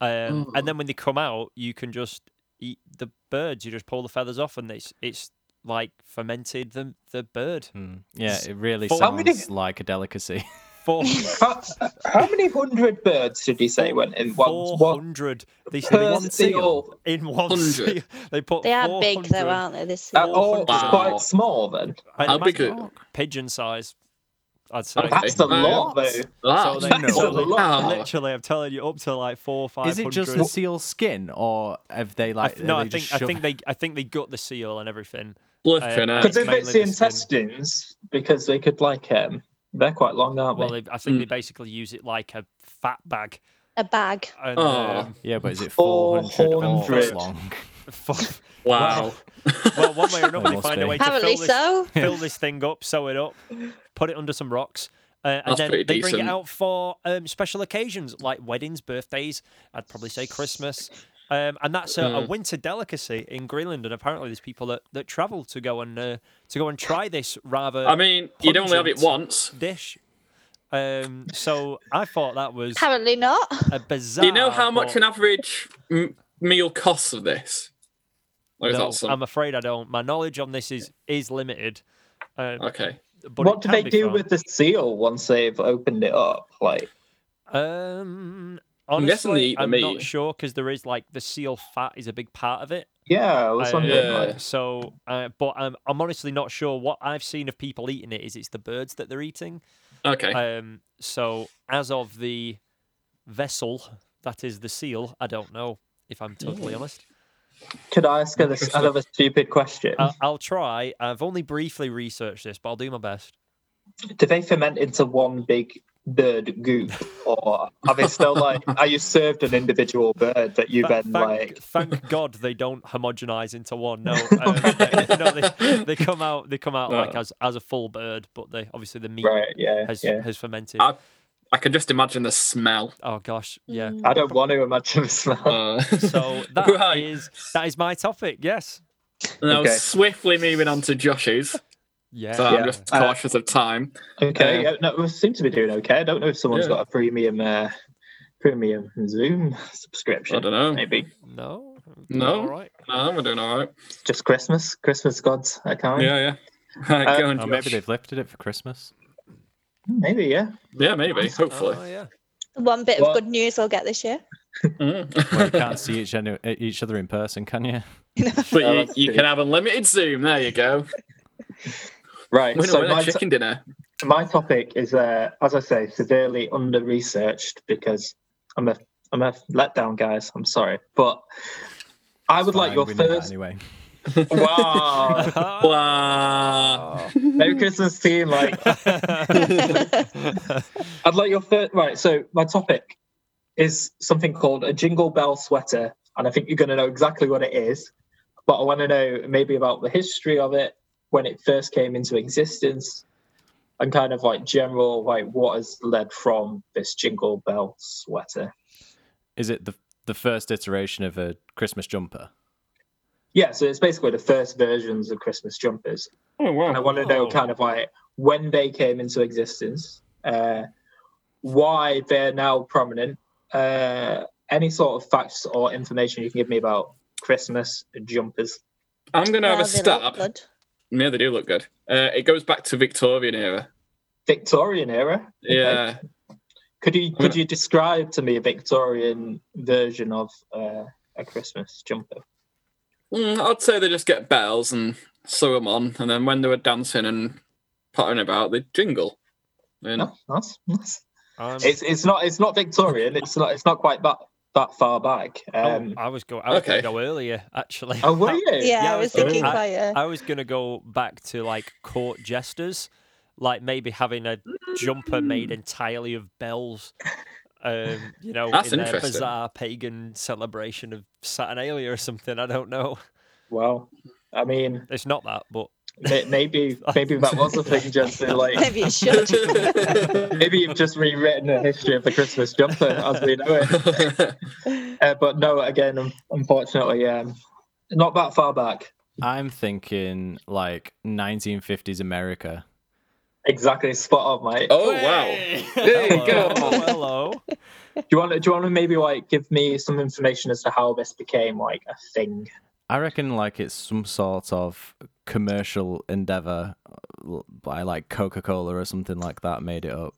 Oh.
um, and then when they come out, you can just eat the birds. You just pull the feathers off, and it's it's like fermented the the bird.
Hmm. Yeah, it really
For-
How many-
sounds like a delicacy.
Four
How, how many hundred birds did you say went in one?
four
one
hundred. They, they
per
put-
seal?
in one
100.
seal. They put
They are big though,
400
aren't they? This
Are
Wow.
all Oh, quite small then?
I'd
How big
imagine
are-
pigeon size. I'd say.
Okay.
That's a
Wow.
lot though.
So
That's
they
That's
know.
a lot.
Wow.
Literally, I'm telling you, up to like four, five
Is
hundred.
it just the seal skin, or have they
I
like?
th- no,
are
I
they
think
just
I
shove-
think they I think they gut the seal and everything.
Flipping
Uh,
out.
Because if
mainly
it's the
the skin.
intestines, because they could like um, they're quite long, aren't
Well,
they?
they, I think
Mm.
they basically use it like a fat bag.
a bag.
And,
Oh.
um,
Yeah, but is it four
Four
hundred
hundred.
orcs long?
f-
Wow.
well, one way or another, they
must
find
be.
a way to fill
Apparently
this,
so.
fill this thing up, sew it up, put it under some rocks. Uh, and
That's
then they
pretty
bring it
decent.
out for um, special occasions like weddings, birthdays. I'd probably say Christmas, um, and that's a, a
Mm.
winter delicacy in Greenland. And apparently, there's people that, that travel to go and uh, to go and try this rather
I mean, you'd only have it
pungent
once.
dish. Um, so I thought that was
Apparently not.
a bizarre.
Do you know how much
but-
an average m- meal costs of this? Or is
No,
that some-
I'm afraid I don't. My knowledge on this is is limited. Uh,
okay.
but
what
it
do
can
they
be
do
found.
with the seal once they've opened it up? Like,
Um,
I'm guessing they
honestly,
eat the
I'm, not
meat.
sure because there is like the seal fat is a big part of it.
yeah, I was
Uh,
wondering.
yeah.
Like,
So, uh, but I'm, I'm honestly not sure. What I've seen of people eating it is it's the birds that they're eating.
Okay.
Um, so as of the vessel that is the seal, I don't know if I'm totally
Mm.
honest.
could I ask a,
Interesting.
another stupid question?
I, I'll try. I've only briefly researched this, but I'll do my best.
do they ferment into one big bird goop, or are they still like? are you served an individual bird that you
Tha-
then
thank,
like?
thank God they don't homogenize into one. No, uh, no, they, they come out. They come out like
No.
as as a full bird, but they obviously the meat
Right, yeah,
has
yeah.
has fermented.
I- I can just imagine the smell.
oh gosh, yeah.
Mm.
I don't want to imagine the smell.
Uh,
So that is
Right.
that is my topic. Yes.
now,
Okay.
swiftly moving on to Josh's.
Yeah.
So
Yeah.
I'm just cautious of time.
Okay,
Uh,
yeah, no, we seem to be doing okay. I don't know if someone's
Yeah.
got a premium, uh, premium Zoom subscription.
I don't know.
Maybe
No.
No.
All right.
No, we're doing all right.
it's just Christmas, Christmas gods. I can't.
Yeah, yeah. Right,
Uh,
go on,
Oh, maybe
Josh.
they've lifted it for Christmas.
Maybe, yeah.
Yeah, maybe. Hopefully.
Oh, yeah.
One bit
Well-
of good news we'll get this year.
Well, you
Mm.
can't see each, other- each other in person, can you?
Oh,
but
that's
you, you
true.
can have unlimited Zoom. There you go.
Right.
Winner,
so
winner,
my,
chicken dinner.
my topic is, uh, as I say, severely under researched because I'm a I'm a letdown, guys. I'm sorry, but I would like
Fine,
your
we knew that
first.
anyway.
Wow!
Uh,
Blah.
Merry Christmas team. Like, I'd like your first. Right. So my topic is something called a jingle bell sweater, and I think you're going to know exactly what it is. But I want to know maybe about the history of it, when it first came into existence, and kind of like general like what has led from this jingle bell sweater.
Is it the the first iteration of a Christmas jumper?
Yeah. So it's basically the first versions of Christmas jumpers.
Oh
and I
wow.
want to know
Oh.
kind of like when they came into existence, uh, why they're now prominent. Uh, any sort of facts or information you can give me about Christmas jumpers?
I'm gonna have
Well,
a
they look
stab.
good.
Yeah, they do look good. Uh, it goes back to Victorian era.
Victorian era. Okay.
Yeah.
Could you could you describe to me a Victorian version of uh, a Christmas jumper?
Mm, I'd say they just get bells and sew them on, and then when they were dancing and pottering about, they jingle. And
No, that's, that's
I'm-
it's it's not it's not Victorian. It's not it's not quite that that far back.
oh,
Um,
I was going. I was
okay.
going to go earlier. Actually.
oh, were you?
Yeah,
Yeah,
I was
I-
thinking
I-
quite a
I was gonna go back to like court jesters, like maybe having a jumper made entirely of bells. Um, you know,
That's
in their
interesting.
bizarre pagan celebration of Saturnalia or something. I don't know.
Well, I mean,
It's not that, but
May- Maybe maybe that was the thing, Justin. Like
maybe it should.
maybe you've just rewritten the history of the Christmas jumper as we know it. Uh, but no, again, un- unfortunately, um, not that far back.
I'm thinking like 1950s America.
Exactly, spot on, mate.
oh wow. There you
hello,
go.
Oh, hello.
Do you want to do you want to maybe like give me some information as to how this became like a thing?
I reckon like it's some sort of commercial endeavor uh, by like Coca-Cola or something like that made it up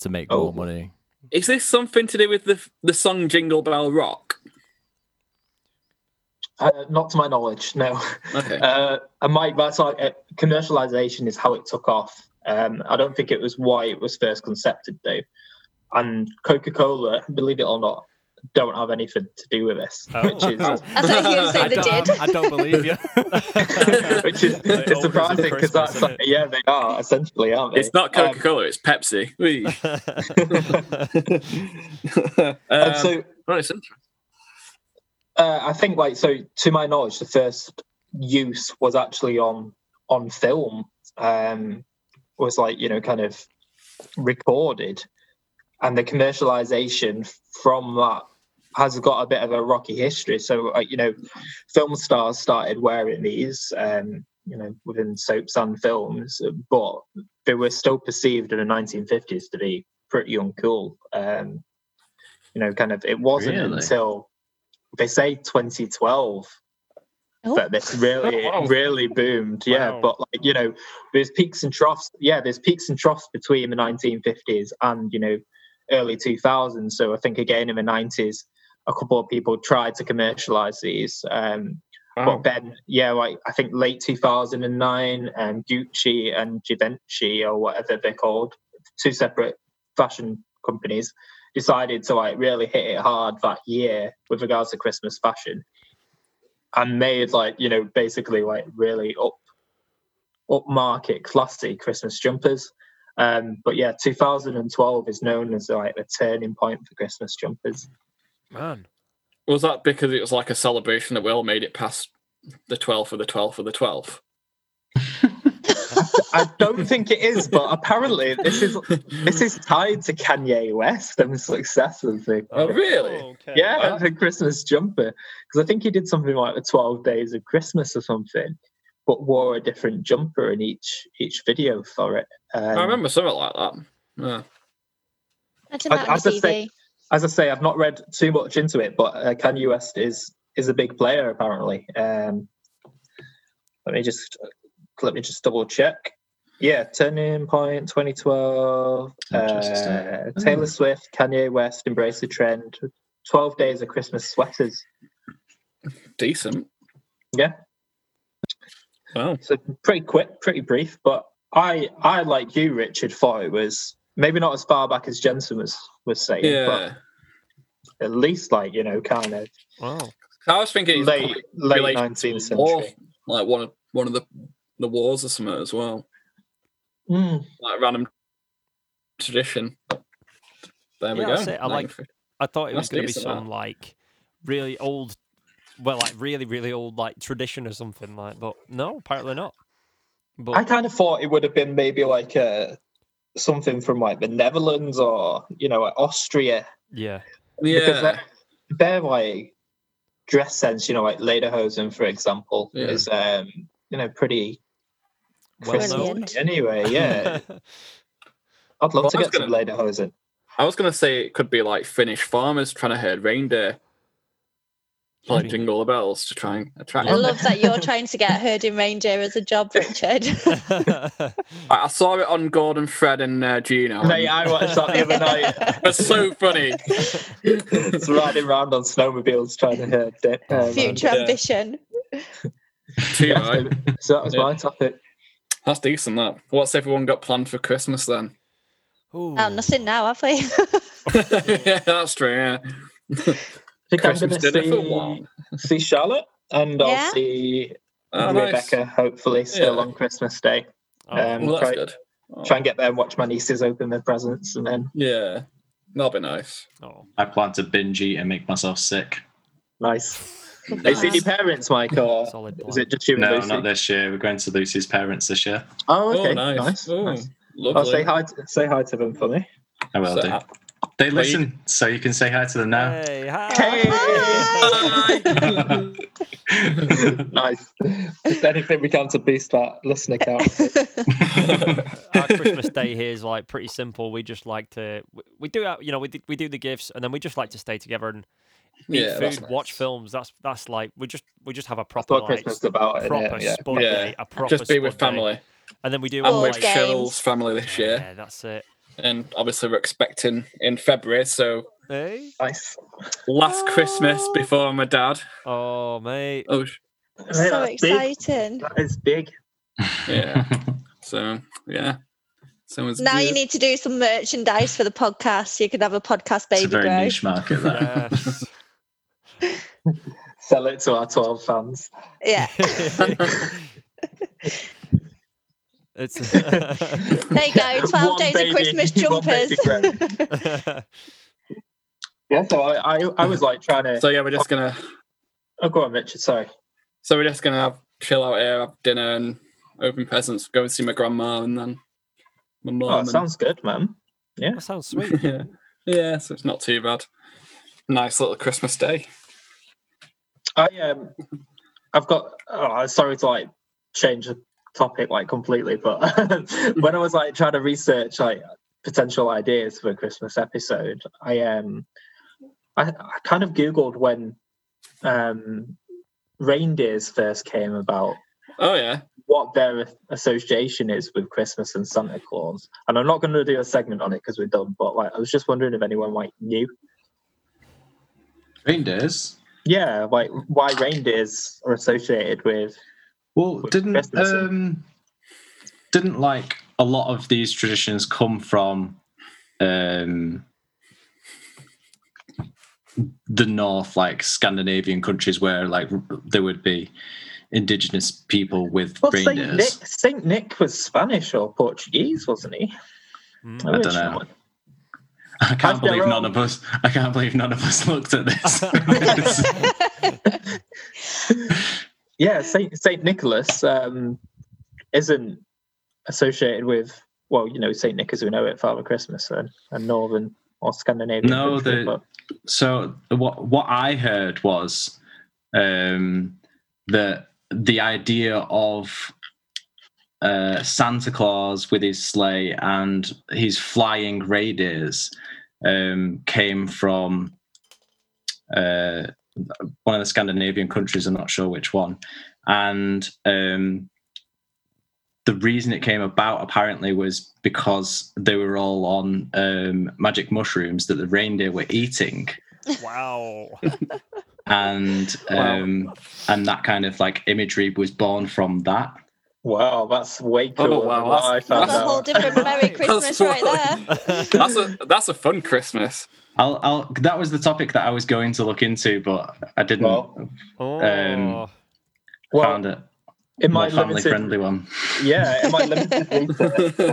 to make
Oh.
more money.
Is this something to do with the the song Jingle Bell Rock?
Uh, not to my knowledge, no.
Okay.
Uh, and Mike, that's like uh, commercialization is how it took off. Um, I don't think it was why it was first concepted though. And Coca Cola, believe it or not, don't have anything to do with this,
Oh.
which is
I thought you were gonna say
I
they
don't,
did.
I don't believe you.
which is
Like, Ogres
it's
of
surprising because
Christmas,
that's
isn't
like,
it?
yeah, they are essentially, aren't they?
It's not
Um,
Coca Cola, it's Pepsi. Whee.
and
um,
so
right, it's interesting.
uh, I think like so to my knowledge, the first use was actually on on film. Um, was like you know kind of recorded, and the commercialization from that has got a bit of a rocky history. So uh, you know, film stars started wearing these. Um, you know, within soaps and films, but they were still perceived in the 1950s to be pretty uncool. Um, you know, kind of it wasn't
Really?
until they say 2012
Oh.
that this really it
Oh.
really boomed. Yeah,
Wow.
but like you know, there's peaks and troughs. Yeah, there's peaks and troughs between the 1950s and you know early 2000s. So I think again in the 90s, a couple of people tried to commercialize these. Um, But then, yeah, like I think late 2009, um, Gucci and Givenchy or whatever they're called, two separate fashion companies, decided to like really hit it hard that year with regards to Christmas fashion, and made like you know basically like really up upmarket, classy Christmas jumpers. Um, but yeah, 2012 is known as like the turning point for Christmas jumpers.
Man.
Was that because it was like a celebration that we all made it past the 12th of the 12th of the 12th?
I don't think it is, but apparently this is this is tied to Kanye West and the success of the
Oh, really?
okay.
yeah
wow.
the Christmas jumper because I think he did something like the Twelve Days of Christmas or something, but wore a different jumper in each each video for it. Um,
I remember something like that. Uh, Yeah.
Imagine
I- I
that on
was just
TV.
saying- As I say, I've not read too much into it, but uh, Kanye West is is a big player apparently. Um, let me just let me just double check. Yeah, Turning Point 2012. Uh,
Interesting.
Taylor Swift, Kanye West embrace the trend. 12 days of Christmas sweaters.
Decent.
Yeah.
Wow.
So pretty quick, pretty brief, but I I like you, Richard, thought it was maybe not as far back as Jensen was was saying,
Yeah.
but at least like, you know, kind of
Wow.
I was thinking it's
late late
related to
nineteenth
the war,
century.
like one of one of the the wars or something as well.
Mm,
Like random tradition. There we
Yeah,
go.
that's it. I like-
Nice.
I thought it
That's
was going to be
decent,
some like really old, well, like really, really old like tradition or something like. But no, apparently not. But
I kind of thought it would have been maybe like uh something from like the Netherlands or you know like Austria
yeah,
because
yeah.
that, their like dress sense, you know, like lederhosen, for example,
Yeah.
is um you know pretty
well
Christmas.
known.
Brilliant.
anyway. Yeah, I'd love
Well,
to
I was
get some lederhosen.
I was gonna say it could be like Finnish farmers trying to herd reindeer. Like
Maybe.
jingle the bells to try and attract
I
them.
Well,
love that you're trying to get herding reindeer as a job, Richard.
I I saw it on Gordon, Fred, and uh, Gino.
Mate, I watched that the other night.
That's so funny.
It's riding around on snowmobiles trying to herd. it. Um,
Future
Yeah.
ambition.
Too
yeah,
right.
so, so that was
Yeah.
my topic.
That's decent. That. What's everyone got planned for Christmas then?
Ooh.
Oh, nothing now, have we?
yeah, that's true. Yeah.
I think
Christmas
I'm
dinner for
going
one.
to see, see Charlotte and
Yeah.
I'll see
Oh, nice.
Rebecca, hopefully, still
Yeah.
on Christmas Day.
Oh,
Um,
Well, that's
try-
good. Oh,
Try and get there and watch my nieces open their presents and then
Yeah, that'll be nice.
oh.
I plan to binge eat and make myself sick.
nice. They
nice.
see your parents, Mike,
uh,
or
Solid
is
plan.
it just you and
No,
Lucy?
not this year. We're going to Lucy's parents this year.
Oh, okay.
Oh, nice.
Nice.
Oh,
nice.
Lovely.
I'll say hi, to, say hi to them for me.
I
Oh,
will
So,
do.
uh,
They listen, so you can say hi to them now.
Hey, hi.
Hi.
nice. Just anything we can to boost that listener count.
Our Christmas day here is like pretty simple. We just like to we, we do our- you know we do, we do the gifts and then we just like to stay together and eat
Yeah, that's
food, watch
nice.
films. That's that's like we just we just have a proper
what
like
Christmas is about. innit?
proper
Yeah.
spud
Yeah.
day, a proper
Just be with
spud day.
family.
and then we do
I'm
Board
with
like,
games.
Cheryl's family this year,
yeah, that's it.
and obviously we're expecting in February. So
Hey,
Nice.
last
Oh.
Christmas before my dad.
oh mate,
Oh, sh-
so
that's big.
exciting.
That is big.
yeah. so yeah. Someone's
Now you need to do some merchandise for the podcast. You could have a podcast
it's
baby
a very
grow.
niche market, that.
yes.
Sell it to our 12 fans.
Yeah.
it's
There you go. 12
One
days
baby-
of Christmas
one baby
jumpers.
grown. yeah, so I, I, I was like trying to.
So yeah, we're just gonna.
oh, go on, Richard. Sorry.
So we're just gonna have chill out here, have dinner, and open presents. Go and see my grandma, and then my mum.
Oh,
and-
sounds good, man.
that sounds sweet.
yeah. yeah, so it's not too bad. Nice little Christmas day.
I um, I've got. Oh, I'm sorry to like change the topic like completely, but when I was like trying to research like potential ideas for a Christmas episode, I um, I, I kind of googled when um reindeers first came about,
Oh yeah.
what their association is with Christmas and Santa Claus. And I'm not going to do a segment on it because we're done. But like, I was just wondering if anyone like knew,
Reindeers.
yeah, like why reindeers are associated with.
Well,
With
didn't
Christmas and-
um, didn't like a lot of these traditions come from um, the north, like Scandinavian countries, where like there would be indigenous people with
Well, Saint Nick,
reindeers.
Saint Nick was Spanish or Portuguese, wasn't he?
Hmm.
Mm.
I don't know. I can't
Have their
believe none
own.
of us. I can't believe none of us looked at this.
yeah, Saint Saint Nicholas um, isn't associated with well, you know, Saint Nick as we know it, Father Christmas, and, and Northern or Scandinavian.
No,
country,
the-
but
so what what I heard was um, that the idea of uh, Santa Claus with his sleigh and his flying reindeers um, came from uh, one of the Scandinavian countries. I'm not sure which one, and um, the reason it came about apparently was because they were all on um, magic mushrooms that the reindeer were eating
Wow.
and
Wow.
um, and that kind of like imagery was born from that
wow, that's way
Oh,
cooler
wow,
than what
that's-
I found
That's
That's
a whole
out.
different Merry
That's
Christmas right there.
That's a that's a fun Christmas.
I'll, I'll that was the topic that i was going to look into but i didn't
Well,
oh.
well,
found it
in my
more family
limited,
friendly one
yeah, in my limited research,
oh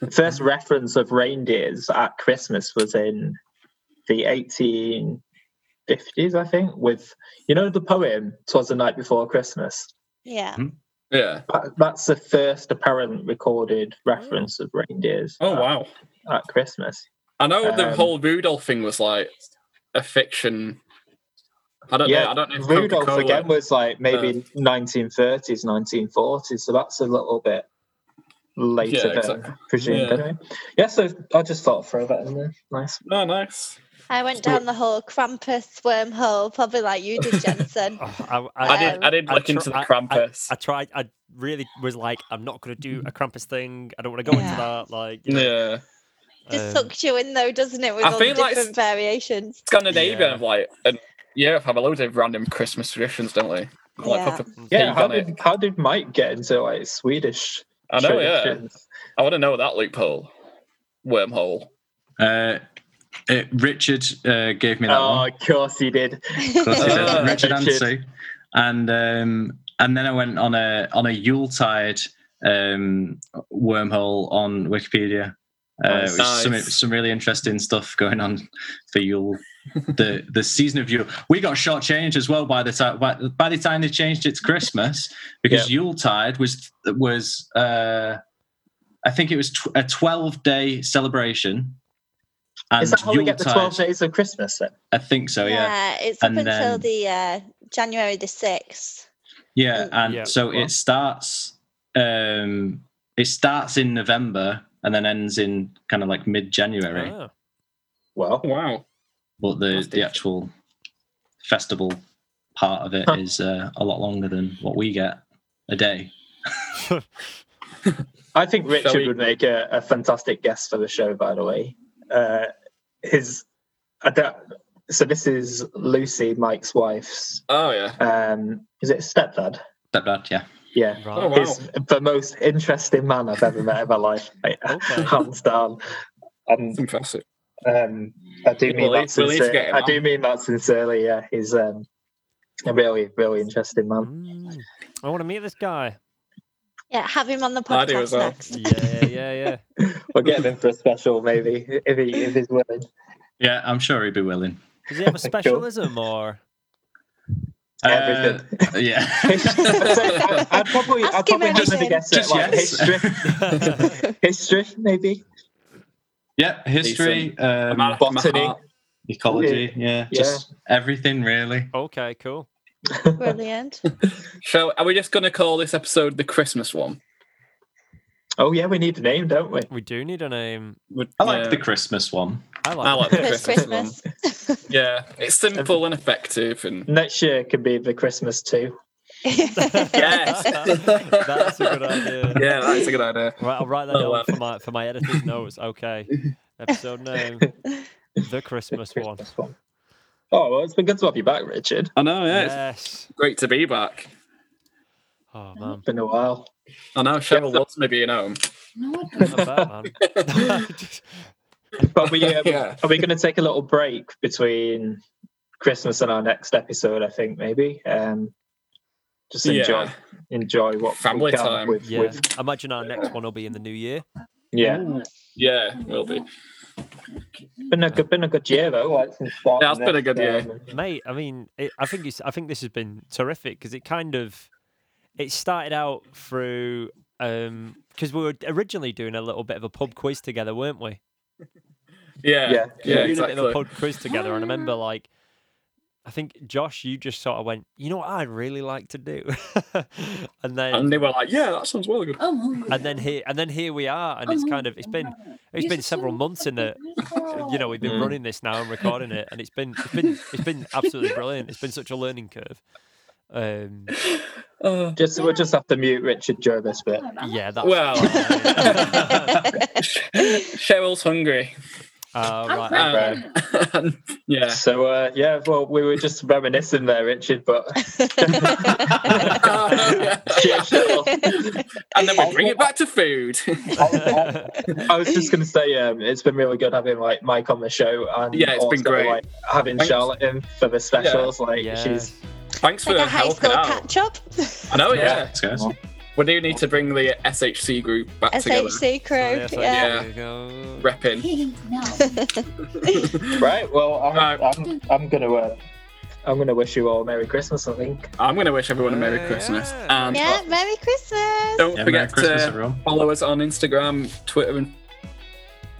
the first reference of reindeers at Christmas was in the 1850s, I think, with you know the poem "Twas the Night Before Christmas."
Yeah.
yeah.
That- That's the first apparent recorded reference of reindeers
Oh
at-
wow.
at, Christmas.
I know the
Um,
whole Rudolph thing was like a fiction. I don't know. I don't know. if
Rudolph
Coca-Cola-
again was like maybe
Uh,
1930s, 1940s, so that's a little bit later
Yeah,
than
exactly.
presumed.
Yeah.
Anyway. Yeah, so I just thought I'd throw that in there. Nice.
No, nice.
I went down the whole Krampus wormhole, probably like you did, Jensen.
Oh, I,
I did. I did
I
look
tr-
into the
I-
Krampus.
I tried. I really was like, I'm not going to do a Krampus thing. I don't want to go into
Yeah.
that. Like, you know,
yeah.
Just
um,
sucks you in though, doesn't it? With
I
all the
feel
different
like s-
variations.
Scandinavia,
Yeah.
have like, and Europe have a load of random Christmas traditions, don't we? Like,
Yeah.
proper
Yeah,
peak
how
on it.
did how did Mike get into like Swedish?
I know, yeah.
traditions?
I want to know that loophole, wormhole.
uh, it, richard uh, gave me that one.
Oh, of course he did.
Of course he did.
Ah.
Richard and
Richard.
Sue. And um, and then I went on a on a Yuletide um, wormhole on Wikipedia. Uh,
Nice.
with Some
Nice.
some really interesting stuff going on for Yule, the the season of Yule. We got short change as well by the time by, by the time they changed it to Christmas because Yuletide was was uh, I think it was tw- a twelve day celebration. And
Is that how we get the
Yuletide-
twelve days of Christmas then?
I think so. yeah.
it's up
And
until
then-
the uh, January the sixth.
Yeah,
Mm.
and
Yeah,
so
well.
it starts. Um, it starts in November and then ends in kind of like mid-January.
oh.
Well,
Wow.
But the
Ah, That's
the
different.
actual festival part of it is
Huh.
uh, a lot longer than what we get a day.
I think
Shall
Richard
we-
would make a, a fantastic guest for the show. By the way, uh, his I don't, so this is Lucy, Mike's wife's.
Oh yeah.
Um, is it stepdad?
That bad, yeah.
Yeah,
Right.
Oh, wow.
he's the most interesting man I've ever met in my life, mate.
Okay.
hands down.
It's
And
impressive.
um, I do
We'll
mean
leave-
that
we'll leave
sincerely.
get him
I do
on.
mean that sincerely. Yeah, he's um, a really, really interesting man.
Mm. I want to meet this guy.
Yeah, have him on the
I do
podcast
as well.
next.
Yeah, yeah, yeah.
We'll get him in for a special, maybe, if he if he's willing.
Yeah, I'm sure he'd be willing.
Does he have a
Cool.
specialism or?
Uh,
Everything.
yeah.
I'd, I'd probably, I'd
Ask him
probably just
anything.
guess it,
Just
like
yes.
history, history, maybe.
yeah, history,
I'm out
um,
of my
Botany.
heart.
ecology, yeah,
Yeah.
just everything really.
okay, cool.
Brilliant.
So, are we just going to call this episode the Christmas one?
Oh yeah, we need a name, don't we?
We do need a name.
Would-
I like
yeah.
the Christmas one.
I like.
I like the
First
Christmas,
Christmas.
one. Yeah, it's simple and effective, and
Next year can be the Christmas too.
Yes.
That's a good idea.
yeah, that's a good idea.
Right, I'll write that
Oh,
down
well.
for my for my editor's notes. Okay. Episode name. The
The
Christmas one.
Christmas one. Oh well, it's been good to have you back, Richard.
I know. Yeah, it's
Yes.
great to be back.
Oh man.
Been a while.
I know Cheryl loves me being home. Oh.
I bet, man.
But we um,
Yeah.
are we going to take a little break between Christmas and our next episode? I think maybe. Um, just enjoy
Yeah.
enjoy what we
Family
can
time.
With,
yeah.
with-
Imagine our next one will be in the new year.
yeah.
Yeah, will be.
Been a good been a good year though. Like since starting
Yeah, it's been a good
this,
year.
um,
Mate, I mean, it, I think it's I think this has been terrific because it kind of it started out through um because we were originally doing a little bit of a pub quiz together, weren't we?
Yeah,
Yeah.
yeah,
We were doing a bit of
exactly.
a pod quiz together, and I remember like, I think Josh, you just sort of went, you know what, I'd really like to do, and then
And they were like, "Yeah, that sounds well good."
and then here and then here we are, and it's kind of it's been it's been several months in the you know we've been
Mm.
running this now and recording it, and it's been it's been it's been absolutely brilliant. It's been such a learning curve. Um,
Uh,
Just we'll just have to mute Richard during this bit.
yeah, that's
Well.
fine.
Cheryl's hungry.
Oh, right, okay.
Um, yeah.
So uh, yeah, well, we were just reminiscing there, Richard. But Cheers, Cheryl.
and then we bring it back to food.
I was just going to say, um, it's been really good having like Mike on the show, and
Yeah, it's been
also,
great.
Like, having
Thanks.
Charlotte in for the specials, like
Yeah.
she's
Thanks for
like a high
helping
school
out.
catch up.
I know, yeah.
Thanks, guys.
We do need to bring the SHC group back together.
SHC crew.
Oh, So,
yeah.
there you go.
Repping.
right. Well, I'm,
Right.
I'm, I'm gonna, uh, I'm gonna wish you all Merry Christmas. I think.
I'm going to wish everyone a Merry
Yeah.
Christmas. And
Yeah, Merry Christmas.
don't
Yeah, Merry
forget
Christmas,
to
everyone.
follow us on Instagram, Twitter, and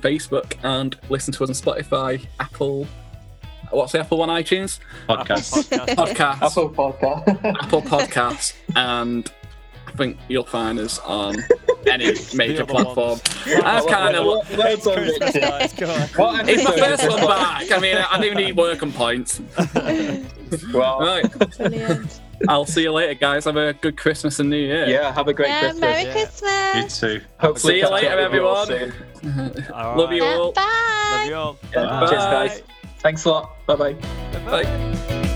Facebook, and listen to us on Spotify, Apple. What's the Apple one? iTunes?
Podcast.
Podcast.
Podcast.
Apple podcast.
Apple Podcasts, and I think you'll find us on any major
other
platform.
ones.
I've kind of.
Well done,
Christmas
Richard.
lights, come on.
What episode
It's my
is
first
this
one back. I mean, I do need work and points.
Well,
Right.
Brilliant.
I'll see you later, guys. Have a good Christmas and New Year.
yeah, have a great
Yeah,
Christmas.
Merry
Yeah.
You
Christmas.
too.
Hopefully
See you
catch up
later,
with you all
everyone.
soon.
All
Love
right.
you all.
Bye.
Love you all.
Yeah,
Bye.
Cheers, guys. Thanks a lot. Bye bye.
Bye.
Bye.